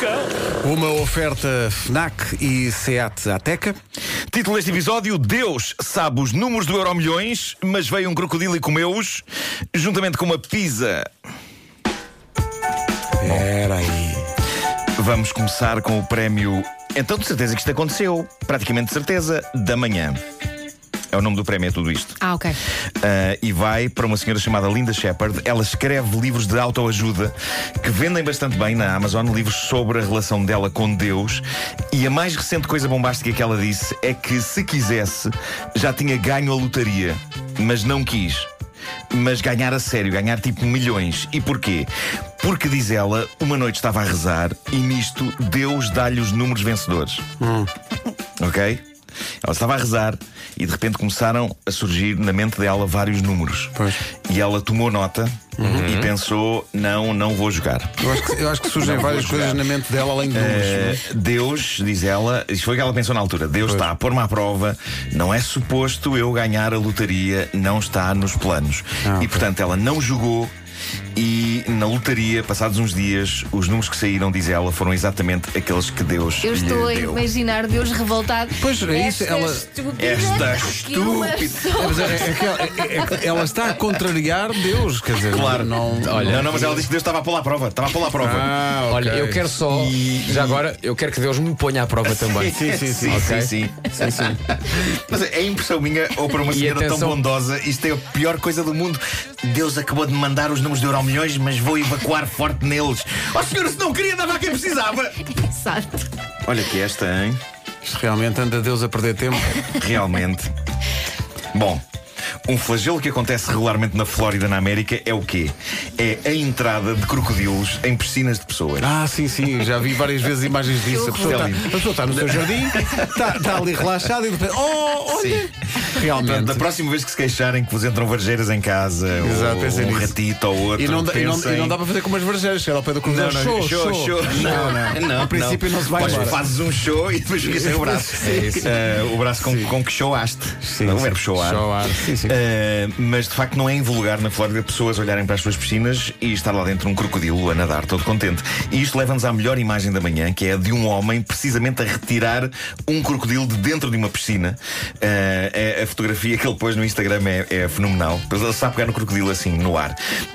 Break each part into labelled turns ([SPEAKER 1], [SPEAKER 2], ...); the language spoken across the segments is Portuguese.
[SPEAKER 1] cão.
[SPEAKER 2] Uma oferta FNAC e SEAT Ateca.
[SPEAKER 3] Título deste episódio: Deus sabe os números do Euro Milhões, mas veio um crocodilo e comeu-os, juntamente com uma pizza.
[SPEAKER 2] Espera aí.
[SPEAKER 3] Vamos começar com o prémio. Então, de certeza que isto aconteceu. Praticamente de certeza, da manhã. É o nome do prémio, é tudo isto.
[SPEAKER 4] Ah, ok.
[SPEAKER 3] Ah, e vai para uma senhora chamada Linda Shepard. Ela escreve livros de autoajuda que vendem bastante bem na Amazon, livros sobre a relação dela com Deus. E a mais recente coisa bombástica que ela disse é que, se quisesse, já tinha ganho a lotaria, mas não quis. Mas ganhar a sério, ganhar tipo milhões. E porquê? Porque, diz ela, uma noite estava a rezar e nisto Deus dá-lhe os números vencedores. Ok? Ela estava a rezar e de repente começaram a surgir na mente dela vários números.
[SPEAKER 2] Pois.
[SPEAKER 3] E ela tomou nota e pensou: não, não vou jogar.
[SPEAKER 2] Eu acho que, eu acho que surgem várias coisas na mente dela além de
[SPEAKER 3] Eh,
[SPEAKER 2] números.
[SPEAKER 3] Deus, diz ela, isto foi o que ela pensou na altura: Deus está a pôr-me à prova, não é suposto eu ganhar a lotaria, não está nos planos. e portanto ela não jogou. E na lotaria, passados uns dias, os números que saíram, diz ela, foram exatamente aqueles que Deus
[SPEAKER 4] Eu estou a
[SPEAKER 3] lhe deu.
[SPEAKER 4] imaginar Deus revoltado.
[SPEAKER 2] Pois é isso,
[SPEAKER 4] Esta
[SPEAKER 2] ela-
[SPEAKER 4] estúpida
[SPEAKER 3] Esta
[SPEAKER 4] que
[SPEAKER 3] estúpida.
[SPEAKER 4] uma
[SPEAKER 2] É,
[SPEAKER 4] pessoa-
[SPEAKER 2] mas é- é que ela, é- é- ela está a contrariar Deus, quer dizer,
[SPEAKER 3] Claro,
[SPEAKER 2] não.
[SPEAKER 3] Olha, não, não, mas ela disse que Deus estava a pôr à prova, estava a pôr à prova.
[SPEAKER 2] Ah, ok.
[SPEAKER 5] Olha, eu quero só, já agora, eu quero que Deus me ponha à prova também.
[SPEAKER 2] Sim, sim, sim.
[SPEAKER 3] Sim,
[SPEAKER 5] Ok.
[SPEAKER 3] sim, sim. Mas é impressão minha, ou para uma senhora tão
[SPEAKER 5] atenção-
[SPEAKER 3] bondosa, isto é a pior coisa do mundo. Deus acabou de mandar os números de euro milhões, mas vou evacuar forte neles. Oh senhora, se não queria, dava a quem precisava.
[SPEAKER 4] Exato.
[SPEAKER 3] Olha que esta, hein?
[SPEAKER 2] Isto Realmente anda Deus a perder tempo.
[SPEAKER 3] Realmente. Bom. Um flagelo que acontece regularmente na Flórida, na América, é o quê? É a entrada de crocodilos em piscinas de pessoas.
[SPEAKER 2] Ah, sim, sim, já vi várias vezes imagens disso. A pessoa está a pessoa está no seu jardim, está, está ali relaxada e de repente. Oh, olha!
[SPEAKER 3] Sim. Portanto,
[SPEAKER 2] Realmente.
[SPEAKER 3] da próxima vez que se queixarem que vos entram varjeiras em casa,
[SPEAKER 2] Exato,
[SPEAKER 3] ou
[SPEAKER 2] pensem
[SPEAKER 3] um
[SPEAKER 2] nisso.
[SPEAKER 3] ratito ou outro,
[SPEAKER 2] E não, dá- e não-
[SPEAKER 3] pensem-
[SPEAKER 2] e não dá para fazer com umas varjeiras, chegar ao pé do
[SPEAKER 3] Não,
[SPEAKER 2] cruzado.
[SPEAKER 3] não,
[SPEAKER 2] show,
[SPEAKER 3] show, show. Não, não, não.
[SPEAKER 2] No princípio não se vai
[SPEAKER 3] Pois,
[SPEAKER 2] embora.
[SPEAKER 3] Fazes um show e depois jogas sem o braço.
[SPEAKER 2] Sim. É isso.
[SPEAKER 3] Eh, o braço com, com que showaste. não, o verbo showar.
[SPEAKER 2] Showar, sim, sim.
[SPEAKER 3] Eh, mas de facto não é invulgar na Flórida pessoas olharem para as suas piscinas e estar lá dentro um crocodilo a nadar todo contente. E isto leva-nos à melhor imagem da manhã, que é a de um homem precisamente a retirar um crocodilo de dentro de uma piscina. Eh, é- a fotografia que ele pôs no Instagram é, é fenomenal. Pois Ele sabe pegar no crocodilo assim, no ar.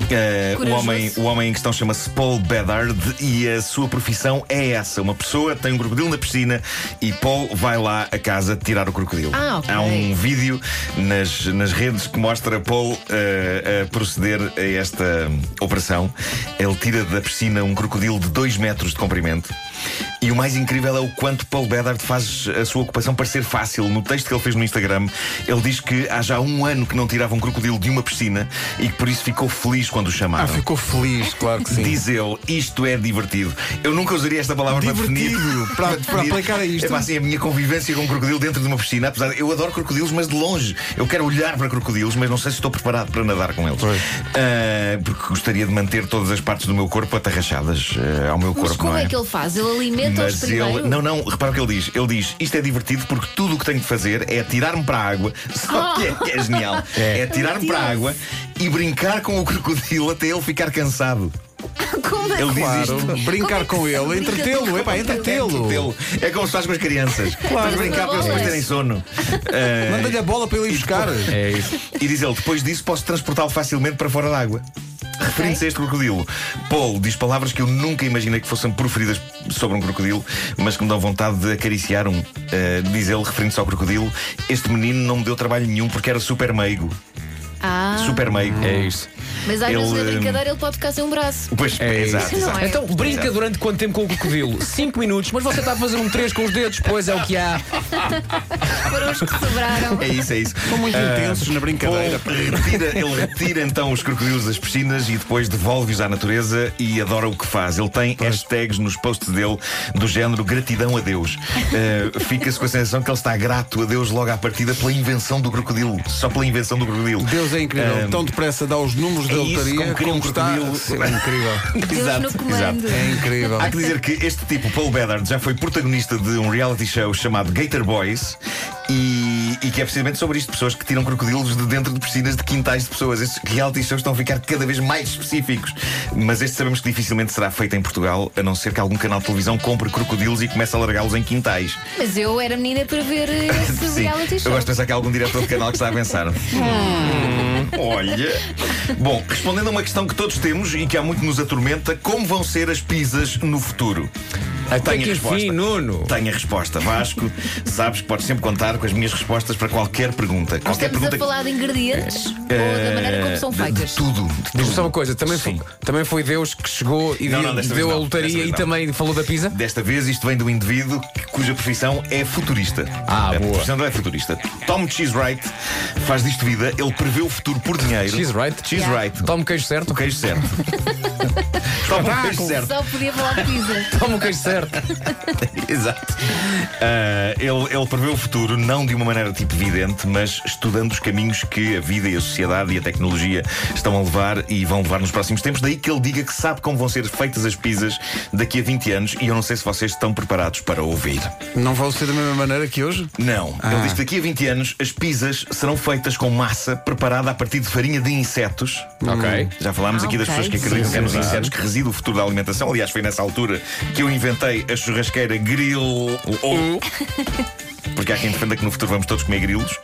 [SPEAKER 3] Eh, o,
[SPEAKER 4] Corajoso.
[SPEAKER 3] homem, o homem em questão chama-se Paul Bedard e a sua profissão é essa. Uma pessoa tem um crocodilo na piscina e Paul vai lá a casa tirar o crocodilo.
[SPEAKER 4] Ah, ok.
[SPEAKER 3] Há um vídeo nas, nas redes que mostra Paul eh, a proceder a esta hum, operação. Ele tira da piscina um crocodilo de 2 metros de comprimento. E o mais incrível é o quanto Paul Bedard faz a sua ocupação parecer fácil. No texto que ele fez no Instagram, ele diz que há já um ano que não tirava um crocodilo de uma piscina e que por isso ficou feliz quando o chamaram.
[SPEAKER 2] Ah, ficou feliz, claro que sim.
[SPEAKER 3] Diz ele, isto é divertido. Eu nunca usaria esta palavra
[SPEAKER 2] Divertido,
[SPEAKER 3] para definir.
[SPEAKER 2] para- para aplicar a isto.
[SPEAKER 3] É pá, assim, a minha convivência com um crocodilo dentro de uma piscina. Apesar de, eu adoro crocodilos, mas de longe. Eu quero olhar para crocodilos, mas não sei se estou preparado para nadar com eles. Ah, porque gostaria de manter todas as partes do meu corpo atarrachadas ah, ao meu
[SPEAKER 4] Mas
[SPEAKER 3] corpo,
[SPEAKER 4] como
[SPEAKER 3] não
[SPEAKER 4] é que ele faz? Ele alimenta-os
[SPEAKER 3] mas
[SPEAKER 4] primeiro?
[SPEAKER 3] ele. Não, não, repara o que ele diz. Ele diz: Isto é divertido porque tudo o que tenho de fazer é tirar-me para a água.
[SPEAKER 4] Oh.
[SPEAKER 3] Só que é, que é genial. É, tirar-me para a água e brincar com o crocodilo até ele ficar cansado.
[SPEAKER 4] Como é
[SPEAKER 3] Ele
[SPEAKER 4] que
[SPEAKER 3] diz
[SPEAKER 2] Claro,
[SPEAKER 3] isto.
[SPEAKER 2] brincar
[SPEAKER 4] Como
[SPEAKER 2] com
[SPEAKER 4] é que se
[SPEAKER 2] ele,
[SPEAKER 4] brinca
[SPEAKER 2] entretê-lo,
[SPEAKER 4] com
[SPEAKER 2] epá,
[SPEAKER 4] ele?
[SPEAKER 2] entretê-lo.
[SPEAKER 3] Dele. É como se faz com as crianças. Faz brincar para eles depois terem sono. Eh,
[SPEAKER 2] Manda-lhe a bola para ele ir buscar.
[SPEAKER 5] É isso.
[SPEAKER 3] e diz ele: depois disso posso transportá-lo facilmente para fora da água. Referindo-se a este crocodilo, Paul diz palavras que eu nunca imaginei que fossem proferidas sobre um crocodilo, mas que me dão vontade de acariciar um. Eh, diz ele, referindo-se ao crocodilo: Este menino não me deu trabalho nenhum porque era super meigo.
[SPEAKER 4] Ah,
[SPEAKER 3] Super meigo.
[SPEAKER 5] É isso.
[SPEAKER 4] mas às vezes na
[SPEAKER 3] Ele, hum,
[SPEAKER 4] brincadeira ele pode ficar sem um braço.
[SPEAKER 3] Pois,
[SPEAKER 5] É isso.
[SPEAKER 3] exato,
[SPEAKER 4] Não
[SPEAKER 3] exato.
[SPEAKER 4] é?
[SPEAKER 5] Então brinca durante quanto tempo com o crocodilo? 5 minutos, mas você está a fazer um 3 com os dedos, pois é o que há.
[SPEAKER 4] Para os que sobraram.
[SPEAKER 3] É isso, é isso.
[SPEAKER 2] São muito intensos na brincadeira.
[SPEAKER 3] Paul retira, ele retira então os crocodilos das piscinas e depois devolve-os à natureza e adora o que faz. Ele tem hashtags nos posts dele do género gratidão a Deus. Eh, Fica-se com a sensação que ele está grato a Deus logo à partida pela invenção do crocodilo. Só pela invenção do crocodilo.
[SPEAKER 2] Deus é incrível.
[SPEAKER 3] Ah,
[SPEAKER 2] Tão depressa dá os números da
[SPEAKER 3] é isso,
[SPEAKER 2] lotaria
[SPEAKER 3] como cria um crocodilo.
[SPEAKER 2] Sim, É incrível.
[SPEAKER 4] Deus
[SPEAKER 3] Exato,
[SPEAKER 4] no
[SPEAKER 3] exato.
[SPEAKER 4] comando.
[SPEAKER 2] É incrível.
[SPEAKER 3] Há que dizer que este tipo, Paul Bedard, já foi protagonista de um reality show chamado Gator Boys E, e que é precisamente sobre isto: pessoas que tiram crocodilos de dentro de piscinas de quintais de pessoas. Estes reality shows estão a ficar cada vez mais específicos. Mas este sabemos que dificilmente será feito em Portugal, a não ser que algum canal de televisão compre crocodilos e comece a largá-los em quintais.
[SPEAKER 4] Mas eu era menina para ver esse
[SPEAKER 3] Sim,
[SPEAKER 4] reality
[SPEAKER 3] eu
[SPEAKER 4] show.
[SPEAKER 3] gosto de pensar que há algum diretor de canal que está a pensar. Hum, Olha. Bom, respondendo a uma questão que todos temos e que há muito nos atormenta, como vão ser as pizzas no futuro?
[SPEAKER 5] Até
[SPEAKER 3] Tenho
[SPEAKER 5] que
[SPEAKER 3] a
[SPEAKER 5] Ah, enfim,
[SPEAKER 3] tá resposta.
[SPEAKER 5] Nuno.
[SPEAKER 3] Tenho a resposta. Vasco, sabes que podes sempre contar com as minhas respostas para qualquer pergunta.
[SPEAKER 4] Nós
[SPEAKER 3] Qualquer
[SPEAKER 4] Estamos
[SPEAKER 3] pergunta
[SPEAKER 4] a falar de ingredientes ou
[SPEAKER 3] que-
[SPEAKER 4] da maneira como são
[SPEAKER 3] Eh, de-
[SPEAKER 4] feitas?
[SPEAKER 3] De tudo. de
[SPEAKER 5] Diz-me
[SPEAKER 3] tudo.
[SPEAKER 5] só uma coisa, também foi,
[SPEAKER 3] Sim.
[SPEAKER 5] também foi Deus que chegou e
[SPEAKER 3] Não,
[SPEAKER 5] deu,
[SPEAKER 3] não, desta
[SPEAKER 5] deu
[SPEAKER 3] vez
[SPEAKER 5] a
[SPEAKER 3] não, desta
[SPEAKER 5] lotaria
[SPEAKER 3] vez
[SPEAKER 5] e
[SPEAKER 3] não.
[SPEAKER 5] também falou da pizza?
[SPEAKER 3] Desta vez isto vem do indivíduo que- cuja profissão é futurista.
[SPEAKER 5] Ah,
[SPEAKER 3] a
[SPEAKER 5] boa.
[SPEAKER 3] profissão dele é futurista. Tom Cheesewright faz disto vida, ele prevê o futuro por dinheiro.
[SPEAKER 5] Cheesewright?
[SPEAKER 3] Cheesewright.
[SPEAKER 5] Toma o queijo certo?
[SPEAKER 3] O queijo certo. Toma o queijo certo.
[SPEAKER 4] Ah, Só podia falar de pizza.
[SPEAKER 5] Toma o queijo certo.
[SPEAKER 3] Exato. Ah, ele, ele prevê o futuro não de uma maneira tipo vidente, mas estudando os caminhos que a vida e a sociedade e a tecnologia estão a levar e vão levar nos próximos tempos. Daí que ele diga que sabe como vão ser feitas as pizzas daqui a 20 anos e eu não sei se vocês estão preparados para ouvir.
[SPEAKER 2] Não vão ser da mesma maneira que hoje?
[SPEAKER 3] Não. Ele diz que daqui a 20 anos as pizzas serão feitas com massa preparada a partir de farinha de insetos.
[SPEAKER 5] Ok.
[SPEAKER 3] Já falámos
[SPEAKER 4] Ah,
[SPEAKER 3] aqui das
[SPEAKER 4] ok.
[SPEAKER 3] pessoas que acreditam que é nos insetos que reside o futuro da alimentação. Aliás, foi nessa altura que eu inventei a churrasqueira grill. Ou... Porque há quem defenda que no futuro vamos todos comer grilos.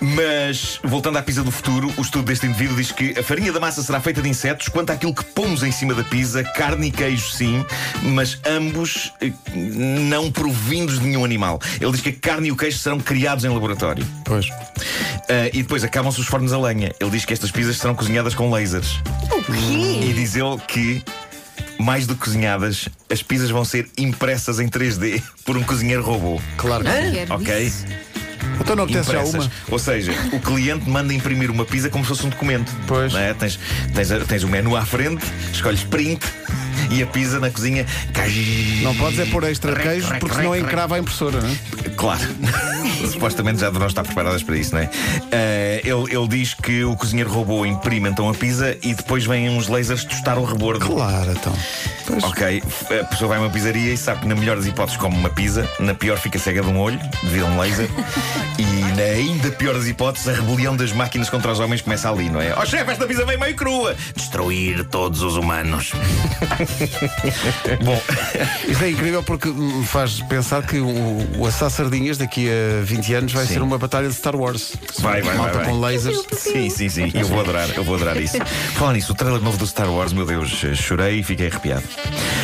[SPEAKER 3] Mas, voltando à pizza do futuro, o estudo deste indivíduo diz que a farinha da massa será feita de insetos. Quanto àquilo que pomos em cima da pizza, carne e queijo, sim, mas ambos eh, não provindos de nenhum animal. Ele diz que a carne e o queijo serão criados em laboratório.
[SPEAKER 2] Pois.
[SPEAKER 3] Ah, e depois acabam-se os fornos a lenha. Ele diz que estas pizzas serão cozinhadas com lasers.
[SPEAKER 4] O
[SPEAKER 3] E
[SPEAKER 4] quê?
[SPEAKER 3] diz ele que, mais do que cozinhadas, as pizzas vão ser impressas em 3D por um cozinheiro robô.
[SPEAKER 5] Claro.
[SPEAKER 4] Não quero
[SPEAKER 3] Ok?
[SPEAKER 4] É isso.
[SPEAKER 2] Então não apetece já
[SPEAKER 3] Impressas.
[SPEAKER 2] uma.
[SPEAKER 3] Ou seja, o cliente manda imprimir uma pizza como se fosse um documento.
[SPEAKER 5] Pois.
[SPEAKER 3] Não é? Tens, tens, a- tens o menu à frente, escolhes print e a pizza na cozinha.
[SPEAKER 2] Não podes é pôr extra queijo porque senão encrava a impressora, não é?
[SPEAKER 3] Claro. Supostamente já devemos estar preparadas para isso, não é? Eh, ele, ele diz que o cozinheiro robô imprime então a pizza e depois vêm uns lasers tostar o rebordo.
[SPEAKER 2] Claro, então. Pois.
[SPEAKER 3] Ok, a pessoa vai a uma pizzaria e sabe que, na melhor das hipóteses, come uma pizza, na pior, fica cega de um olho, devido a um laser, e na ainda pior das hipóteses, a rebelião das máquinas contra os homens começa ali, não é? Oh chefe, esta pizza vem meio crua! Destruir todos os humanos. Bom,
[SPEAKER 2] Isto é incrível porque me faz pensar que o, o assar sardinhas daqui a 20 anos vai
[SPEAKER 3] Sim.
[SPEAKER 2] ser uma batalha de Star Wars.
[SPEAKER 3] Vai, vai,
[SPEAKER 2] Malta
[SPEAKER 3] vai, vai.
[SPEAKER 2] com lasers.
[SPEAKER 3] Sim, sim, sim. Eu vou adorar, eu vou adorar isso. Falando nisso, o trailer novo do Star Wars, meu Deus, eh, chorei e fiquei arrepiado.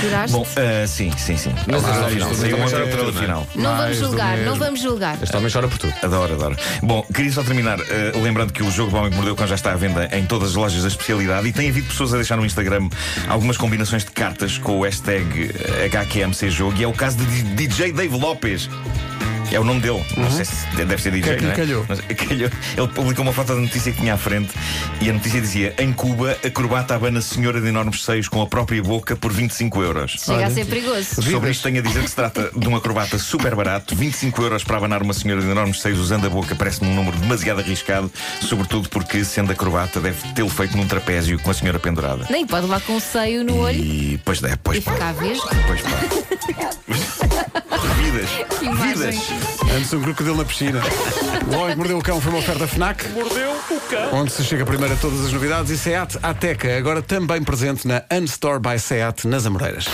[SPEAKER 4] Juraste?
[SPEAKER 3] Bom, ah, sim, sim, sim.
[SPEAKER 5] Mas
[SPEAKER 3] Ao
[SPEAKER 5] é só
[SPEAKER 3] final,
[SPEAKER 5] isto,
[SPEAKER 3] saiu
[SPEAKER 5] mas
[SPEAKER 3] agora
[SPEAKER 5] é
[SPEAKER 3] o trailer
[SPEAKER 5] tudo,
[SPEAKER 3] final.
[SPEAKER 4] Não vamos
[SPEAKER 2] Mais do
[SPEAKER 4] julgar,
[SPEAKER 2] mesmo.
[SPEAKER 4] não vamos julgar.
[SPEAKER 5] Este homem chora por tudo.
[SPEAKER 3] Adoro, adoro. Bom, queria só terminar eh, lembrando que o jogo do Homem que Mordeu o Cão já está à venda em todas as lojas da especialidade e tem havido pessoas a deixar no Instagram algumas combinações de cartas com o hashtag eh, HQMC Jogo e é o caso de D- DJ Dave Lopes. É o nome dele, não sei se de- deve ser DJ,
[SPEAKER 2] é Uhum. que lhe
[SPEAKER 3] não é?
[SPEAKER 2] calhou?
[SPEAKER 3] Mas, eh, calhou. Ele publicou uma foto da notícia que tinha à frente e a notícia dizia: Em Cuba, a corbata abana senhora de enormes seios com a própria boca por 25 euros.
[SPEAKER 4] Chega a ser perigoso.
[SPEAKER 3] Sobre isto tenho a dizer que se trata de um acrobata super barato, 25 euros para abanar uma senhora de enormes seios usando a boca parece-me um número demasiado arriscado, sobretudo porque, sendo acrobata, deve tê-lo feito num trapézio com a senhora pendurada.
[SPEAKER 4] Nem pode levar com um seio no olho
[SPEAKER 3] E pois é, pois
[SPEAKER 4] e
[SPEAKER 3] pá.
[SPEAKER 4] ficar vesgo.
[SPEAKER 3] Pois pá. Vidas.
[SPEAKER 4] Que imagem.
[SPEAKER 3] Vidas.
[SPEAKER 2] Antes um crocodilo na piscina. O Homem que Mordeu o Cão foi uma oferta FNAC. Mordeu o Cão. Onde se chega primeiro a todas as novidades e SEAT Ateca, agora também presente na Unstore by SEAT nas Amoreiras.